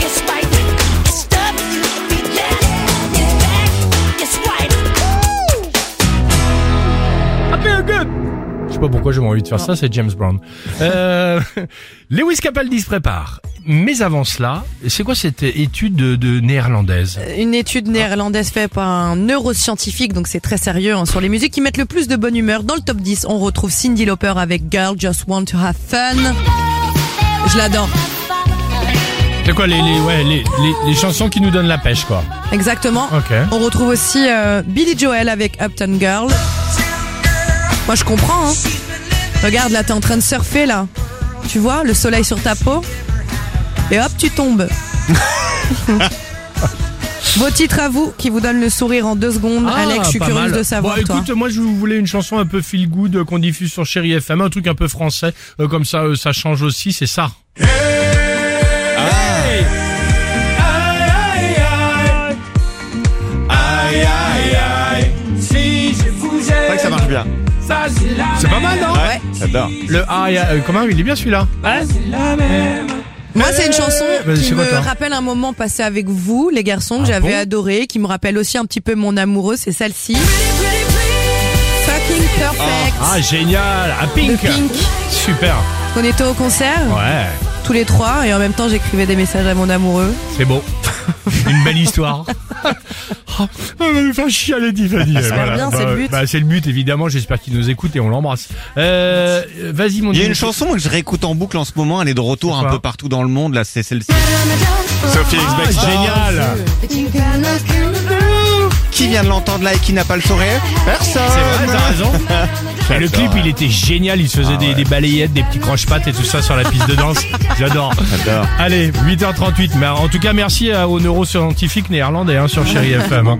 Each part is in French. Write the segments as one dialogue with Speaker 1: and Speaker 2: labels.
Speaker 1: It's right, it's up, it's back, it's right. Woo!
Speaker 2: Je sais pas pourquoi j'avais envie de
Speaker 3: Ah.
Speaker 2: faire ça, c'est James Brown. Euh, Lewis Capaldi se prépare. Mais avant cela, c'est quoi cette étude de, de néerlandaise
Speaker 3: Une étude néerlandaise faite par un neuroscientifique, donc c'est très sérieux, hein, sur les musiques qui mettent le plus de bonne humeur. Dans le top 10, on retrouve Cindy Lauper avec Girl Just Want to Have Fun. Je l'adore.
Speaker 2: C'est quoi les, les, ouais, les, les,
Speaker 3: Oh.
Speaker 2: les chansons qui nous donnent la pêche, quoi
Speaker 3: Exactement.
Speaker 2: Ok.
Speaker 3: On retrouve aussi euh, Billy Joel avec Upton Girl. Moi, je comprends. hein. Regarde, là, t'es en train de surfer, là. Tu vois, le soleil sur ta peau. Et hop, tu tombes. Vos titres à vous qui vous donnent le sourire en deux secondes.
Speaker 2: Ah,
Speaker 3: Alex, je suis
Speaker 2: pas
Speaker 3: curieuse
Speaker 2: mal.
Speaker 3: de savoir.
Speaker 2: Bon,
Speaker 3: toi.
Speaker 2: écoute, moi je voulais une chanson un peu feel good euh, qu'on diffuse sur Chéri FM, un truc un peu français, euh, comme ça euh, ça change aussi, c'est ça.
Speaker 4: C'est vrai que ça marche bien.
Speaker 2: C'est pas mal, non
Speaker 4: Ouais. J'adore.
Speaker 2: Le aïe aïe, comment il est bien celui-là
Speaker 3: Moi, c'est une chanson
Speaker 2: Vas-y, c'est
Speaker 3: qui
Speaker 2: quoi,
Speaker 3: me
Speaker 2: toi
Speaker 3: rappelle un moment passé avec vous, les garçons, que
Speaker 2: Ah
Speaker 3: j'avais
Speaker 2: bon
Speaker 3: adoré, qui me rappelle aussi un petit peu mon amoureux, c'est celle-ci. Fucking Perfect.
Speaker 2: Ah génial, à
Speaker 3: de
Speaker 2: Pink.
Speaker 3: Pink.
Speaker 2: Super.
Speaker 3: On était au concert,
Speaker 2: Ouais,
Speaker 3: tous les trois, et en même temps, j'écrivais des messages à mon amoureux.
Speaker 2: c'est beau. Une belle histoire. oh, elle va nous faire chialer Tiffany. Voilà.
Speaker 3: bien, c'est
Speaker 2: Bah,
Speaker 3: le but.
Speaker 2: bah, c'est le but évidemment, j'espère qu'il nous écoute et on l'embrasse. Euh, vas-y mon
Speaker 4: Il y a
Speaker 2: Dieu.
Speaker 4: une chanson que je réécoute en boucle en ce moment, elle est de retour
Speaker 2: C'est
Speaker 4: un
Speaker 2: quoi
Speaker 4: peu partout dans le monde, là c'est celle-ci. Sophie
Speaker 2: Ah, génial.
Speaker 4: Qui vient de l'entendre là et qui n'a pas le sourire Personne
Speaker 2: C'est vrai, t'as raison. Et le
Speaker 4: J'adore.
Speaker 2: clip, il était génial. Il se
Speaker 4: Ah,
Speaker 2: faisait des, des balayettes, des petits croche-pattes et tout ça sur la piste de danse. J'adore.
Speaker 4: J'adore.
Speaker 2: Allez, 8h38. Mais en tout cas, merci à- aux neuroscientifiques néerlandais hein, sur Chéri FM. hein.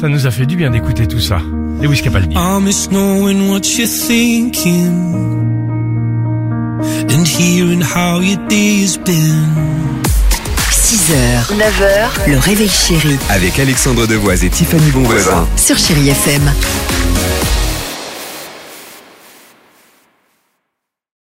Speaker 2: Ça nous a fait du bien d'écouter tout ça. Lewis Capaldi.
Speaker 5: I miss knowing what you're thinking and hearing how your day has been.
Speaker 6: 6h, 9h, le réveil chéri
Speaker 7: Avec Alexandre Devoise et Tiffany Bonvoisin.
Speaker 6: sur Chéri FM.